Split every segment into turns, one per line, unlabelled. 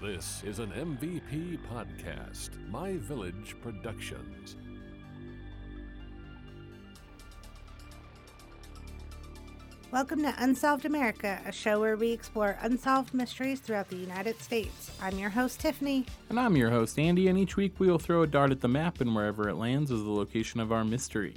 This is an MVP podcast, My Village Productions.
Welcome to Unsolved America, a show where we explore unsolved mysteries throughout the United States. I'm your host, Tiffany.
And I'm your host, Andy, and each week we will throw a dart at the map, and wherever it lands is the location of our mystery.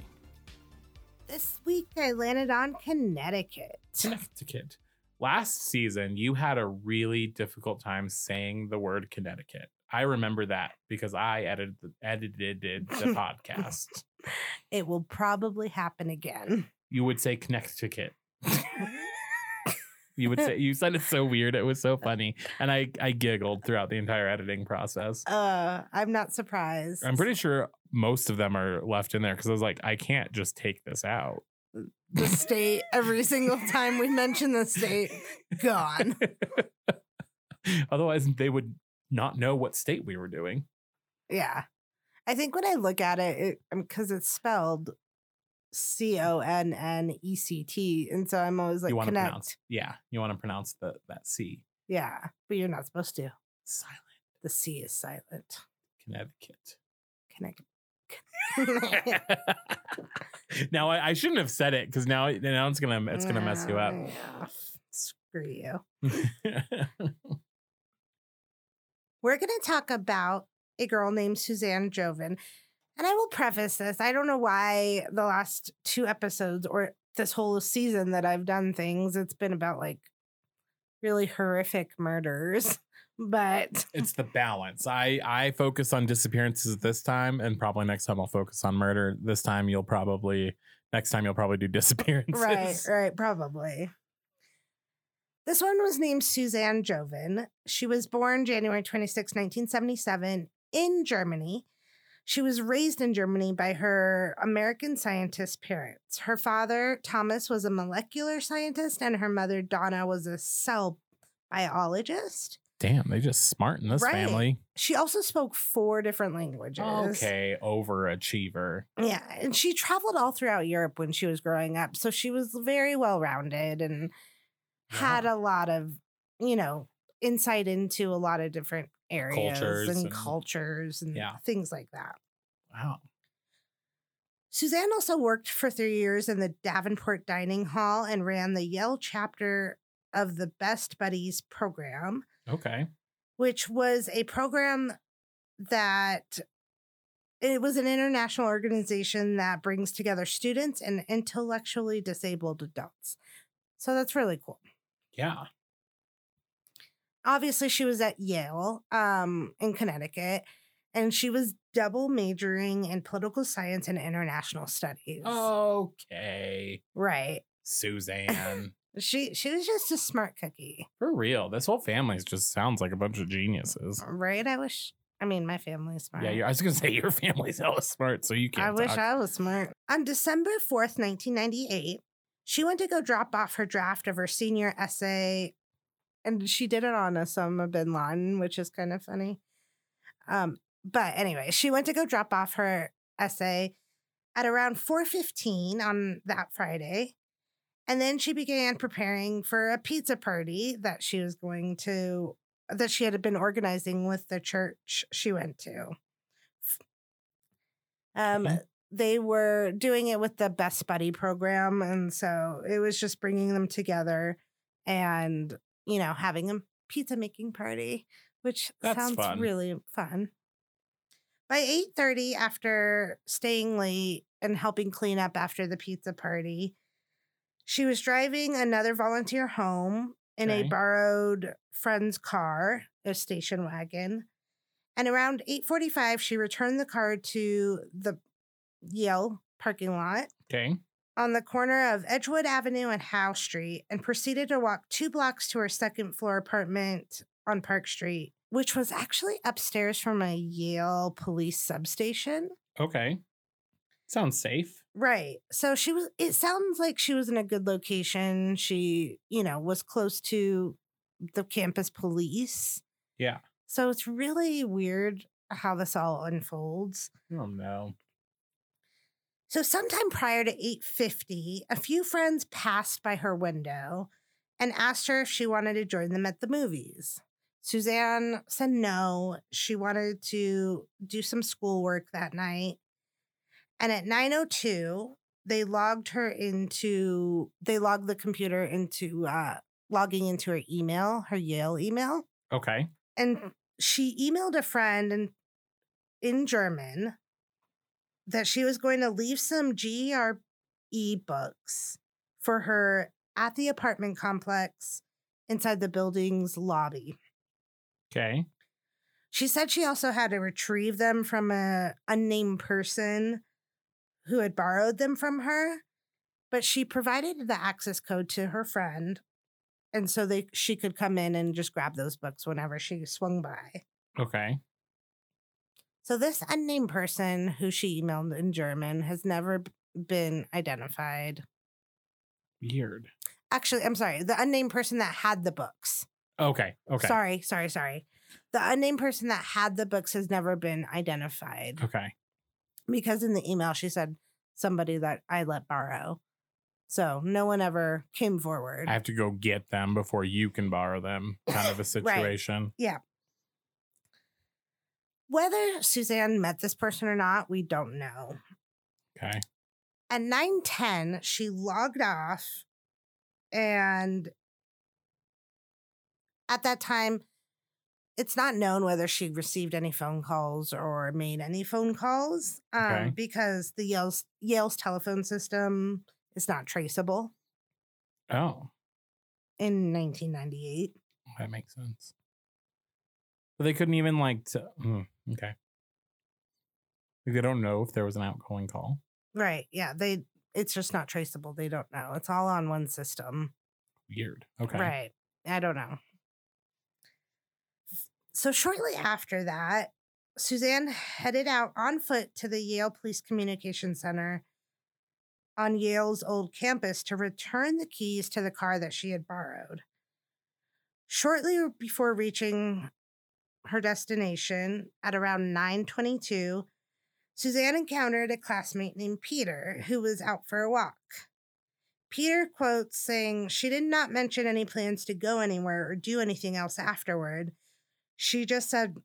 This week I landed on Connecticut.
Connecticut. Last season, you had a really difficult time saying the word Connecticut. I remember that because I edited the, edited the podcast.
It will probably happen again.
You would say Connecticut. you would say you said it so weird. It was so funny, and I I giggled throughout the entire editing process.
Uh, I'm not surprised.
I'm pretty sure most of them are left in there because I was like, I can't just take this out.
the state every single time we mention the state gone.
Otherwise, they would not know what state we were doing.
Yeah. I think when I look at it, because it's spelled C O N N E C T. And so I'm always like,
you want to
connect.
pronounce, yeah, you want to pronounce the, that C.
Yeah. But you're not supposed to.
Silent
The C is silent.
Connecticut.
Connect. Connect.
now I, I shouldn't have said it because now, now it's gonna it's gonna mess you up.
Yeah. Screw you. We're going to talk about a girl named Suzanne Joven. And I will preface this I don't know why the last two episodes or this whole season that I've done things, it's been about like really horrific murders. But
it's the balance. I I focus on disappearances this time, and probably next time I'll focus on murder. This time you'll probably next time you'll probably do disappearances.
right, right, probably. This one was named Suzanne Joven. She was born January 26, 1977, in Germany. She was raised in Germany by her American scientist parents. Her father, Thomas, was a molecular scientist, and her mother, Donna, was a cell biologist.
Damn, they just smart in this
Right.
family.
She also spoke four different languages.
Okay, overachiever.
Yeah, and she traveled all throughout Europe when she was growing up, so she was very well rounded and had
Yeah.
a lot of, you know, insight into a lot of different areas
Cultures
and,
and-
cultures and
Yeah.
things like that.
Wow.
Suzanne also worked for three years in the Davenport Dining Hall and ran the Yale chapter of the Best Buddies program.
Okay.
which was a program that it was an international organization that brings together students and intellectually disabled adults. So that's really cool.
Yeah.
Obviously, she was at Yale um, in Connecticut, and she was double majoring in political science and international studies.
Oh. Okay.
Right.
Suzanne.
She she was just a smart cookie,
For real. This whole family just sounds like a bunch of geniuses.
right? I wish. I mean, my family's smart.
Yeah, you're, I was gonna say your family's hella smart, so you can't.
I wish
talk.
I was smart. On December 4th, 1998, she went to go drop off her draft of her senior essay, and she did it on Osama bin Laden, which is kind of funny. Um, but anyway, she went to go drop off her essay at around 4:15 on that Friday. And then she began preparing for a pizza party that she was going to that she had been organizing with the church she went to. Um,
Okay.
they were doing it with the Best Buddy program, and so it was just bringing them together and you know having a pizza making party, which
That's
sounds
fun.
really fun. By eight thirty, after staying late and helping clean up after the pizza party, she was driving another volunteer home in a
Okay.
borrowed friend's car, a station wagon. And around 8:45 she returned the car to the Yale parking lot
Okay.
on the corner of Edgewood Avenue and Howe Street and proceeded to walk 2 blocks to her second floor apartment on Park Street, which was actually upstairs from a Yale police substation.
Okay. Sounds safe.
Right. So she was, it sounds like she was in a good location. She, you know, was close to the campus police.
Yeah.
So it's really weird how this all unfolds.
Oh no.
So sometime prior to 8:50, a few friends passed by her window and asked her if she wanted to join them at the movies. Suzanne said no. She wanted to do some schoolwork that night. And at 902, they logged her into they logged the computer into uh logging into her email, her Yale email.
Okay.
And she emailed a friend and in German that she was going to leave some GRE books for her at the apartment complex inside the building's lobby.
Okay.
She said she also had to retrieve them from a unnamed person who had borrowed them from her, but she provided the access code to her friend, and so they she could come in and just grab those books whenever she swung by.
Okay.
So this unnamed person who she emailed in German has never b- been identified.
Weird.
Actually, I'm sorry, the unnamed person that had the books.
Okay. Okay.
Sorry, sorry, sorry. The unnamed person that had the books has never been identified.
Okay.
because in the email she said somebody that I let borrow. So no one ever came forward.
I have to go get them before you can borrow them, kind of a situation.
Whether Suzanne met this person or not, we don't know.
Okay.
At 9:10, she logged off and at that time it's not known whether she received any phone calls or made any phone calls um,
Okay.
because the Yale's, Yale's telephone system is not traceable
Oh,
in 1998.
that makes sense. But they couldn't even like. T- mm, okay. Like, They don't know if there was an outgoing call.
Right. Yeah. They it's just not traceable. They don't know. It's all on one system.
Weird. Okay.
Right. I don't know. So shortly after that, Suzanne headed out on foot to the Yale Police Communication Center on Yale's old campus to return the keys to the car that she had borrowed. Shortly before reaching her destination at around 9:22, Suzanne encountered a classmate named Peter who was out for a walk. Peter quotes saying she did not mention any plans to go anywhere or do anything else afterward. She just said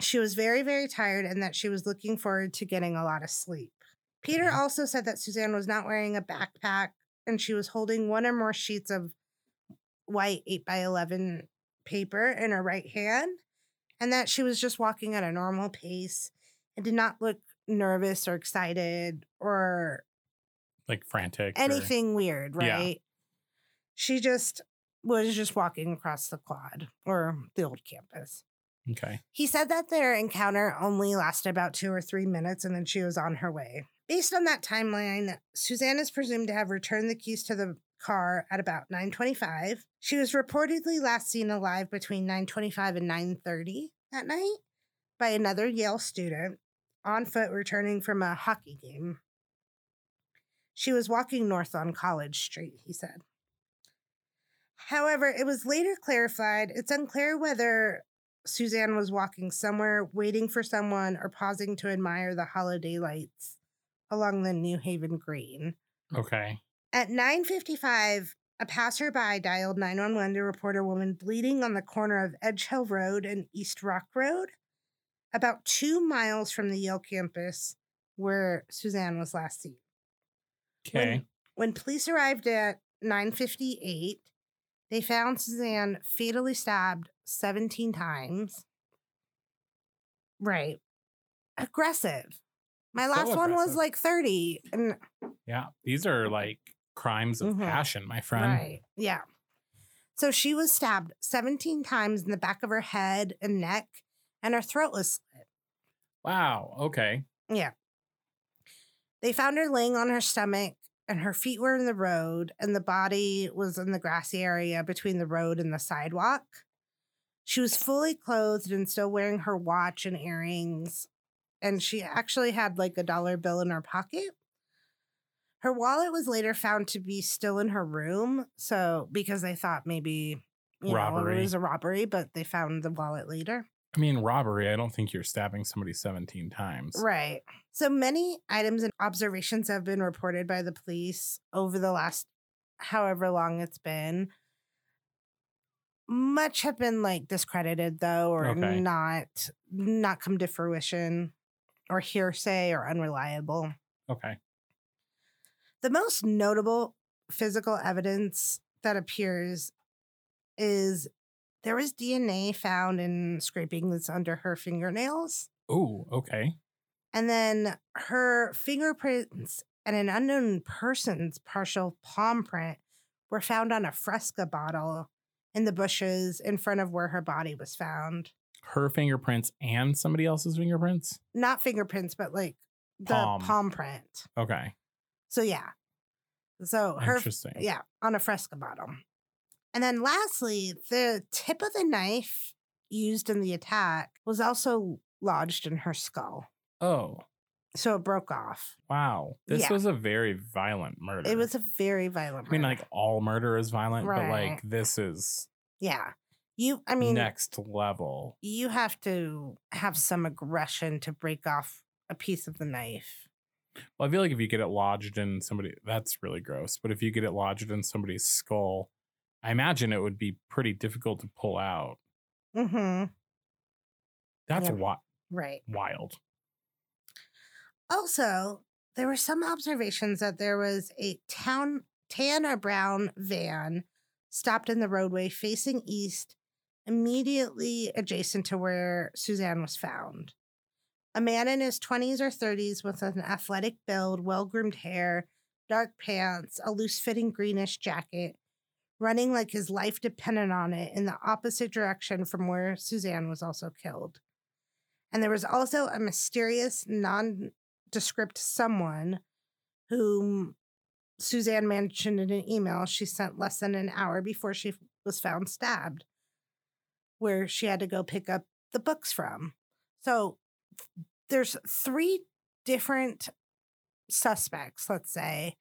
she was very, very tired and that she was looking forward to getting a lot of sleep. Peter
Okay.
also said that Suzanne was not wearing a backpack and she was holding one or more sheets of white 8 by 11 paper in her right hand and that she was just walking at a normal pace and did not look nervous or excited or
Like frantic. or-
anything weird,
Yeah.
right? She just was just walking across the quad or the old campus.
okay.
He said that their encounter only lasted about two or three minutes and then she was on her way. Based on that timeline, Suzanne is presumed to have returned the keys to the car at about 9:25. She was reportedly last seen alive between 9:25 and 9:30 that night by another Yale student on foot returning from a hockey game. She was walking north on College Street, he said. However, it was later clarified it's unclear whether Suzanne was walking somewhere, waiting for someone, or pausing to admire the holiday lights along the New Haven Green.
Okay.
At 9:55, a passerby dialed 911 to report a woman bleeding on the corner of Edge Hill Road and East Rock Road, about 2 miles from the Yale campus where Suzanne was last seen.
Okay.
When police arrived at 9:58, they found Suzanne fatally stabbed 17 times. Right. Aggressive. My
So
last one was
aggressive.
like 30 and
yeah. These are like crimes of
Mhm.
passion, my friend.
Mm-hmm. Right. Yeah. So she was stabbed 17 times in the back of her head and neck, and her throat was slit.
Wow. Okay.
They found her laying on her stomach, and her feet were in the road, and the body was in the grassy area between the road and the sidewalk. She was fully clothed and still wearing her watch and earrings, and she actually had like a dollar bill in her pocket. Her wallet was later found to be still in her room, so because they thought maybe you know
Robbery.
it was a robbery, but they found the wallet later.
I mean, robbery. I don't think you're stabbing somebody 17 times.
Right. So many items and observations have been reported by the police over the last however long it's been. much have been like discredited though or
Okay.
not not come to fruition or hearsay or unreliable
Okay.
the most notable physical evidence that appears is there was dna found in scrapings under her fingernails
Ooh, okay.
and then her fingerprints and an unknown person's partial palm print were found on a fresca bottle in the bushes in front of where her body was found
Her fingerprints and somebody else's fingerprints.
not fingerprints, but like the
Palm.
palm, print.
Okay.
So yeah. So her
Interesting.
yeah, on a fresca bottle. And then lastly, the tip of the knife used in the attack was also lodged in her skull.
Oh,
So it broke off.
wow. This
Yeah.
was a very violent murder.
It was a very violent
I mean,
murder.
like all murder is violent, but like
Right.
this is
Yeah. You I mean
next level.
you have to have some aggression to break off a piece of the knife.
Well, I feel like if you get it lodged in somebody, that's really gross. But if you get it lodged in somebody's skull, I imagine it would be pretty difficult to pull out.
Mm-hmm.
That's
Yeah.
wi-
Right.
wild.
Also, there were some observations that there was a town tan or brown van stopped in the roadway facing east, immediately adjacent to where Suzanne was found. A man in his 20s or 30s with an athletic build, well groomed hair, dark pants, a loose fitting greenish jacket, running like his life depended on it in the opposite direction from where Suzanne was also killed. And there was also a mysterious, nondescript someone whom Suzanne mentioned in an email she sent less than an hour before she was found stabbed, where she had to go pick up the books from. So there's three different suspects, let's say,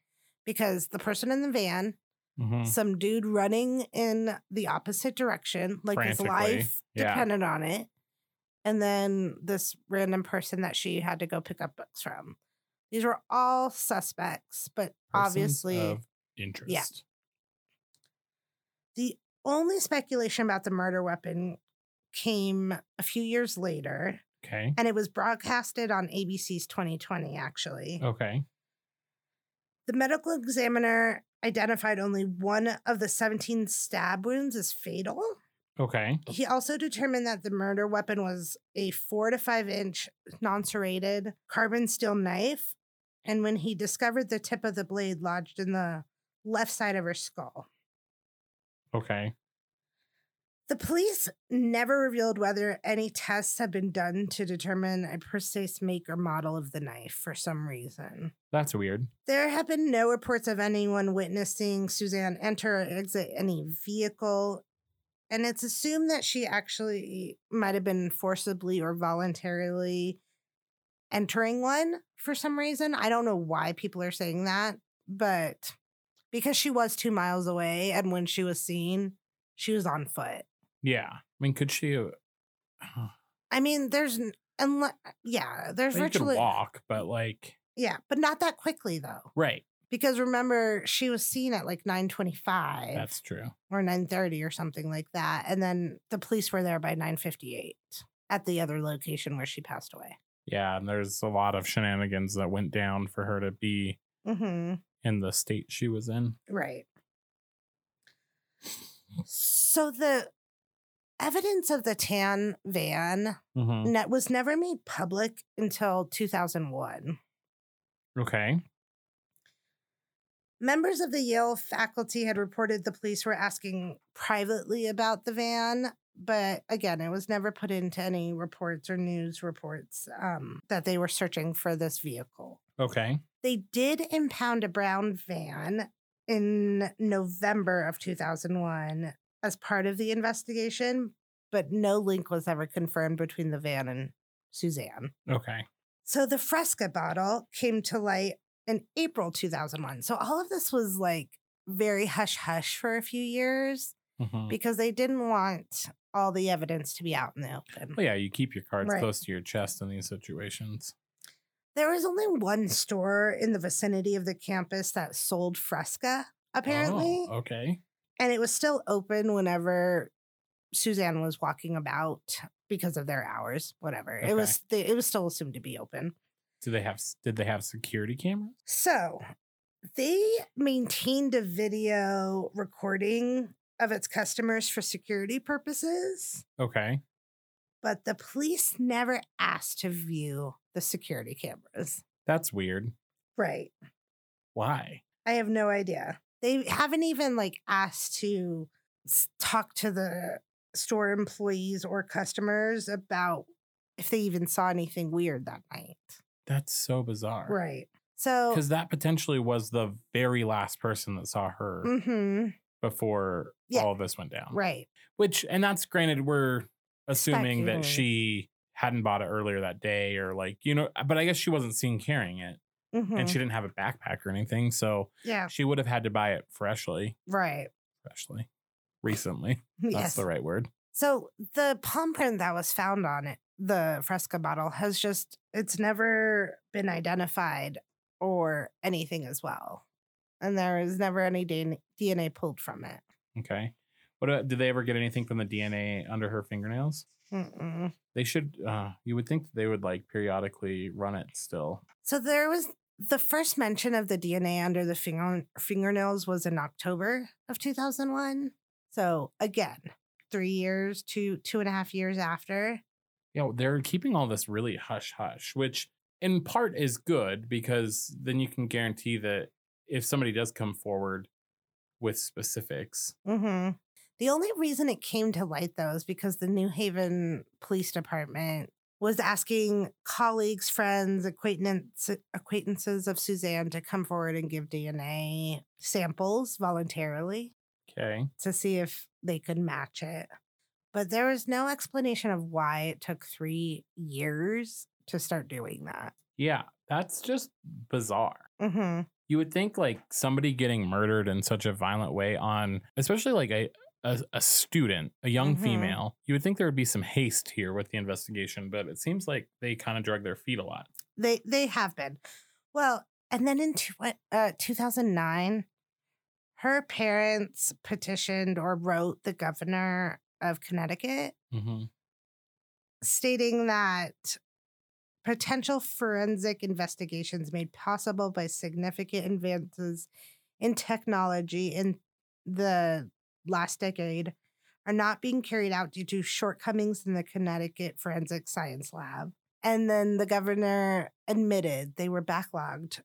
because the person in the van,
Mhm.
some dude running in the opposite direction, like his
Frantically,
life
yeah.
depended on it. And then this random person that she had to go pick up books from. These were all suspects, but
Persons
obviously
of interest.
the only speculation about the murder weapon came a few years later,
Okay.
and it was broadcasted on ABC's 2020, actually.
Okay.
The medical examiner identified only one of the 17 stab wounds as fatal.
Okay.
He also determined that the murder weapon was a four to five inch non serrated carbon steel knife. And when he discovered the tip of the blade lodged in the left side of her skull,
Okay.
the police never revealed whether any tests had been done to determine a precise make or model of the knife for some reason.
That's weird.
There have been no reports of anyone witnessing Suzanne enter or exit any vehicle. And it's assumed that she actually might have been forcibly or voluntarily entering one for some reason. I don't know why people are saying that, but because she was two miles away and when she was seen, she was on foot.
Yeah. I mean, could she? uh, have-
I mean, there's, n- unle- yeah, there's
Well, you could
virtually,
walk, but like,
yeah, but not that quickly though.
right.
Because remember, she was seen at like 925.
That's true.
or 9:30 or something like that and then the police were there by 9:58 at the other location where she passed away.
Yeah. And there's a lot of shenanigans that went down for her to be
Mhm.
in the state she was in.
Right. So the evidence of the tan van
Mm-hmm.
net was never made public until 2001.
Okay.
Members of the Yale faculty had reported the police were asking privately about the van, but again, it was never put into any reports or news reports um, that they were searching for this vehicle.
Okay.
They did impound a brown van in November of 2001 as part of the investigation, but no link was ever confirmed between the van and Suzanne.
Okay.
So the Fresca bottle came to light in April 2001. So all of this was like very hush hush for a few years
Mhm.
because they didn't want all the evidence to be out in the open.
Well, yeah, you keep your cards
Right.
close to your chest in these situations.
There was only one store in the vicinity of the campus that sold Fresca, apparently,
Oh, okay.
and it was still open whenever Suzanne was walking about because of their hours, whatever.
Okay.
It was they, it was still assumed to be open.
Do they have did they have security cameras?
So they maintained a video recording of its customers for security purposes,
Okay.
but the police never asked to view the security cameras.
That's weird.
Right.
Why?
I have no idea. They haven't even like asked to s- talk to the store employees or customers about if they even saw anything weird that night.
That's so bizarre.
Right. So,
Because that potentially was the very last person that saw her
hmm
before
Yeah.
all this went down.
right.
Which, and that's granted, we're assuming
Speculating.
that she hadn't bought it earlier that day or like, you know, but I guess she wasn't seen carrying it
Mhm.
and she didn't have a backpack or anything. So
yeah.
she would have had to buy it freshly,
Right.
freshly, recently. That's
yes.
the right word.
So the palm print that was found on it, the Fresca bottle, has just it's never been identified or anything as well, and there was never any DNA DNA pulled from it.
Okay. What uh, did they ever get anything from the DNA under her fingernails?
Mm-mm.
They should, uh, you would think that they would like periodically run it still.
So there was the first mention of the DNA under the finger, fingernails was in October of 2001. So again, three years, two two and a half years after.
you know, they're keeping all this really hush hush, which in part is good because then you can guarantee that if somebody does come forward with specifics,
hmm The only reason it came to light, though, is because the New Haven Police Department was asking colleagues, friends, acquaintance, acquaintances of Suzanne to come forward and give DNA samples voluntarily
okay,
to see if they could match it. But there was no explanation of why it took three years to start doing that.
yeah, that's just bizarre.
hmm
You would think like somebody getting murdered in such a violent way on, especially like a a, a student, a young
Mhm.
female. You would think there would be some haste here with the investigation, but it seems like they kind of drug their feet a lot.
They they have been. Well, and then in two, uh, 2009, her parents petitioned or wrote the governor of Connecticut
Mm-hmm.
stating that potential forensic investigations made possible by significant advances in technology in the last decade are not being carried out due to shortcomings in the Connecticut Forensic Science Lab. And then the governor admitted they were backlogged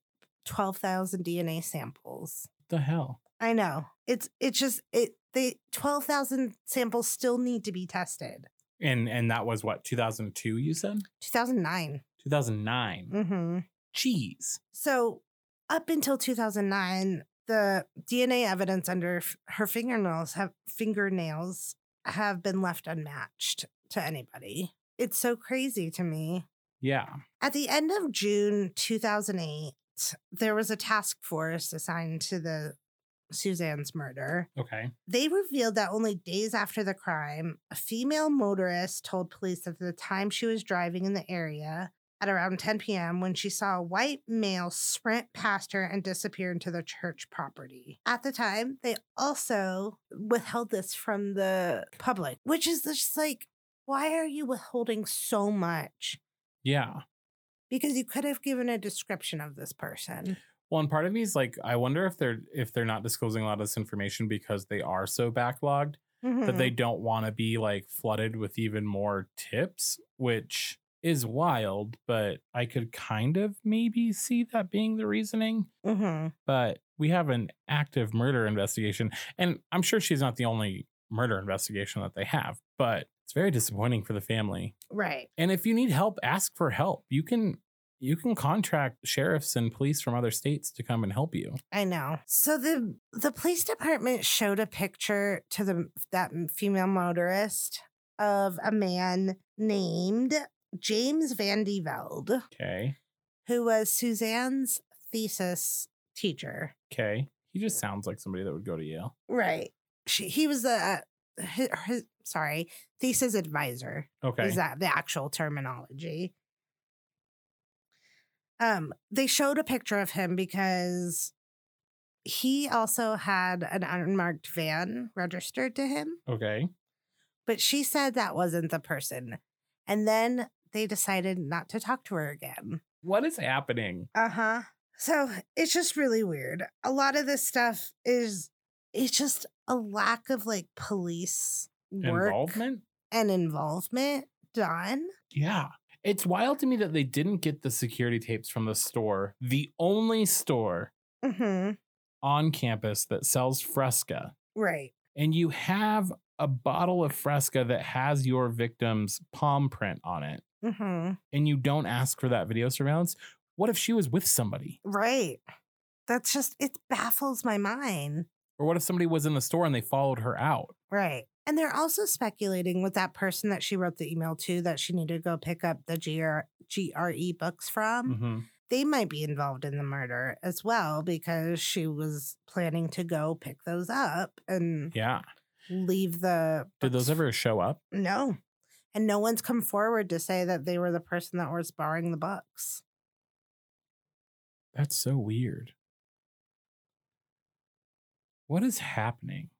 12,000 DNA samples.
The hell.
I know. It's it's just it they 12,000 samples still need to be tested.
And and that was what 2002 you said?
2009.
2009.
Mhm.
Jeez.
So, up until 2009, the DNA evidence under f- her fingernails have fingernails have been left unmatched to anybody. It's so crazy to me.
Yeah.
At the end of June 2008, there was a task force assigned to the Suzanne's murder.
Okay.
They revealed that only days after the crime, a female motorist told police that the time she was driving in the area at around 10 p.m. when she saw a white male sprint past her and disappear into the church property. At the time, they also withheld this from the public, which is just like, why are you withholding so much?
Yeah.
Because you could have given a description of this person.
Well, and part of me is like, I wonder if they're if they're not disclosing a lot of this information because they are so backlogged that they don't want to be like flooded with even more tips, which is wild, but I could kind of maybe see that being the reasoning.
hmm
But we have an active murder investigation, and I'm sure she's not the only murder investigation that they have, but it's very disappointing for the family
Right.
And if you need help, ask for help. You can you can contract sheriffs and police from other states to come and help you.
I know. So the the police department showed a picture to the that female motorist of a man named James Van de Velde,
Okay.
who was Suzanne's thesis teacher.
Okay. He just sounds like somebody that would go to Yale.
Right. She, he was the uh, his, his, sorry thesis advisor.
Okay.
Is that the actual terminology? Um, they showed a picture of him because he also had an unmarked van registered to him,
okay.
But she said that wasn't the person. And then they decided not to talk to her again.
What is happening?
Uh huh. So it's just really weird. A lot of this stuff is, it's just a lack of like police work
Involvement?
and involvement done.
Yeah. It's wild to me that they didn't get the security tapes from the store, the only store
hmm
on campus that sells Fresca.
Right.
And you have a bottle of Fresca that has your victim's palm print on it,
hmm
and you don't ask for that video surveillance. What if she was with somebody?
Right. That's just, it baffles my mind.
Or what if somebody was in the store and they followed her out?
Right. And they're also speculating with that person that she wrote the email to that she needed to go pick up the GR- GRE E books from.
Mm.
They might be involved in the murder as well because she was planning to go pick those up and
Yeah.
leave the.
Did
books
those ever show up?
No. And no one's come forward to say that they were the person that was borrowing the books.
That's so weird. What is happening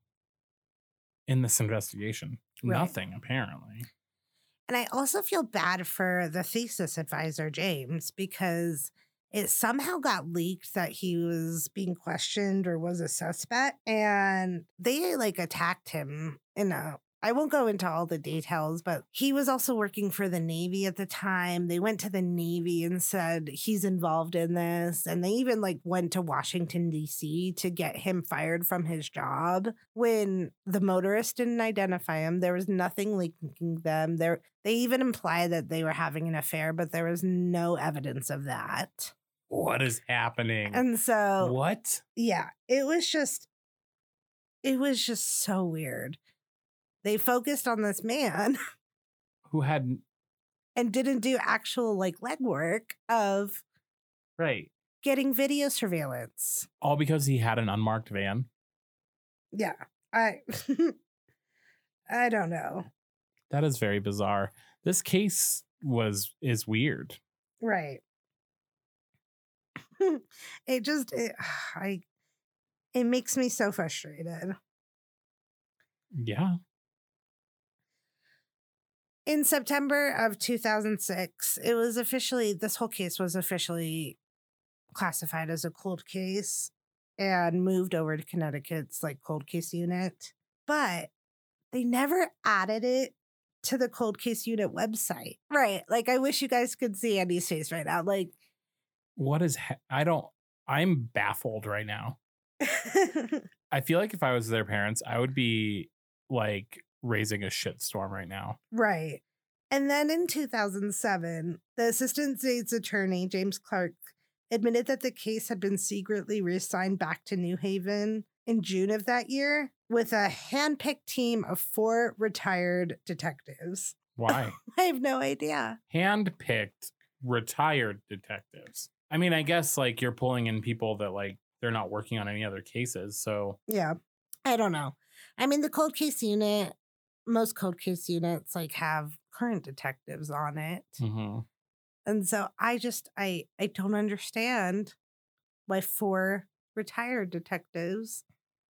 in this investigation?
Right.
Nothing, apparently.
And I also feel bad for the thesis advisor, James, because it somehow got leaked that he was being questioned or was a suspect. And they like attacked him in a I won't go into all the details, but he was also working for the Navy at the time. They went to the Navy and said he's involved in this. And they even like went to Washington, D.C. to get him fired from his job. When the motorist didn't identify him, there was nothing linking them. There, they even implied that they were having an affair, but there was no evidence of that.
What is happening?
And so
what?
yeah, it was just, it was just so weird. They focused on this man
Who had
and didn't do actual like legwork of
right?
getting video surveillance.
All because he had an unmarked van.
Yeah, I, I don't know.
That is very bizarre. This case was is weird.
Right. it just, it, I, it makes me so frustrated.
Yeah.
In September of 2006, it was officially, this whole case was officially classified as a cold case and moved over to Connecticut's like cold case unit. But they never added it to the cold case unit website. Right. Like, I wish you guys could see Andy's face right now. Like,
What is? Ha- I don't. I'm baffled right now. I feel like if I was their parents, I would be like raising a shitstorm right now.
Right. And then in 2007, the assistant state's attorney, James Clark, admitted that the case had been secretly reassigned back to New Haven in June of that year with a handpicked team of four retired detectives.
Why?
I have no idea.
handpicked retired detectives. I mean, I guess like you're pulling in people that like they're not working on any other cases. So
Yeah. I don't know. I mean, the cold case unit, most cold case units like have current detectives on it. And so I just I I don't understand why four retired detectives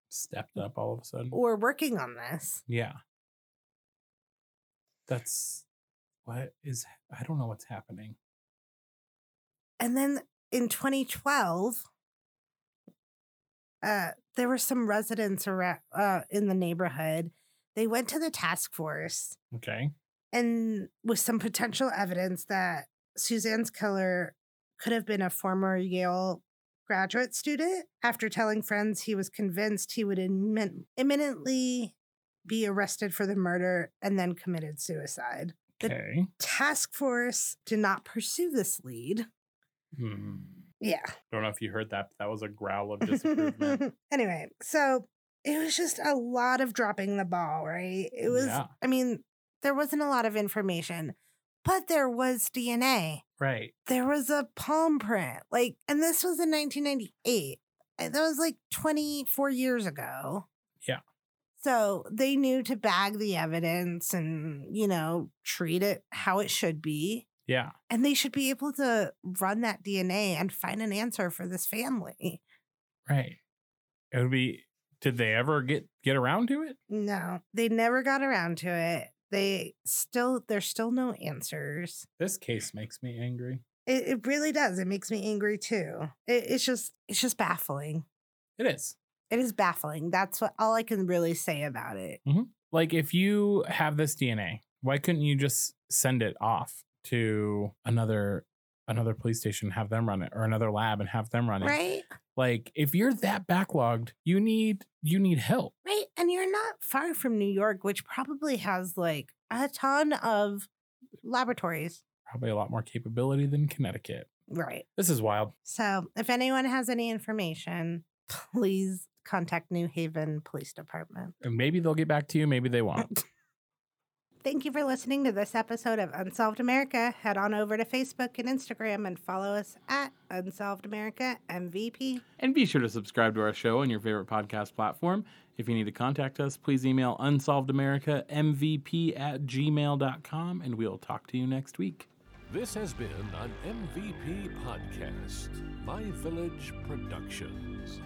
stepped up all of a sudden.
were working on this.
Yeah. That's what is I don't know what's happening.
And then in 2012, uh, there were some residents around uh, in the neighborhood. They went to the task force
Okay.
and with some potential evidence that Suzanne's killer could have been a former Yale graduate student. After telling friends he was convinced he would immin- imminently be arrested for the murder and then committed suicide. The-
Okay.
Task force did not pursue this lead.
Hmm.
Yeah.
Don't know if you heard that, but that was a growl of disapproval.
anyway, so it was just a lot of dropping the ball, right? It was,
Yeah.
I mean, there wasn't a lot of information, but there was DNA.
right.
there was a palm print like and this was in 1998 Uh, that was like 24 years ago
Yeah.
so they knew to bag the evidence and you know treat it how it should be
Yeah.
and they should be able to run that dna and find an answer for this family
Right. It would be Did they ever get get around to it?
No, they never got around to it. They still, there's still no answers.
This case makes me angry.
It, it really does. It makes me angry too. It, it's just, it's just baffling.
It is.
It is baffling. That's what all I can really say about it.
Like if you have this DNA, why couldn't you just send it off to another another police station and have them run it or another lab and have them run it?
Right?
Like if you're that backlogged, you need you need help.
Right. And you're not far from New York, which probably has like a ton of laboratories.
Probably a lot more capability than Connecticut.
Right.
This is wild.
So if anyone has any information, please contact New Haven Police Department.
And maybe they'll get back to you, maybe they won't.
Thank you for listening to this episode of Unsolved America. Head on over to Facebook and Instagram and follow us at Unsolved America MVP.
And be sure to subscribe to our show on your favorite podcast platform. If you need to contact us, please email unsolvedamerica.mvp at gmail.com, and we'll talk to you next week.
This has been an MVP podcast, My Village Productions.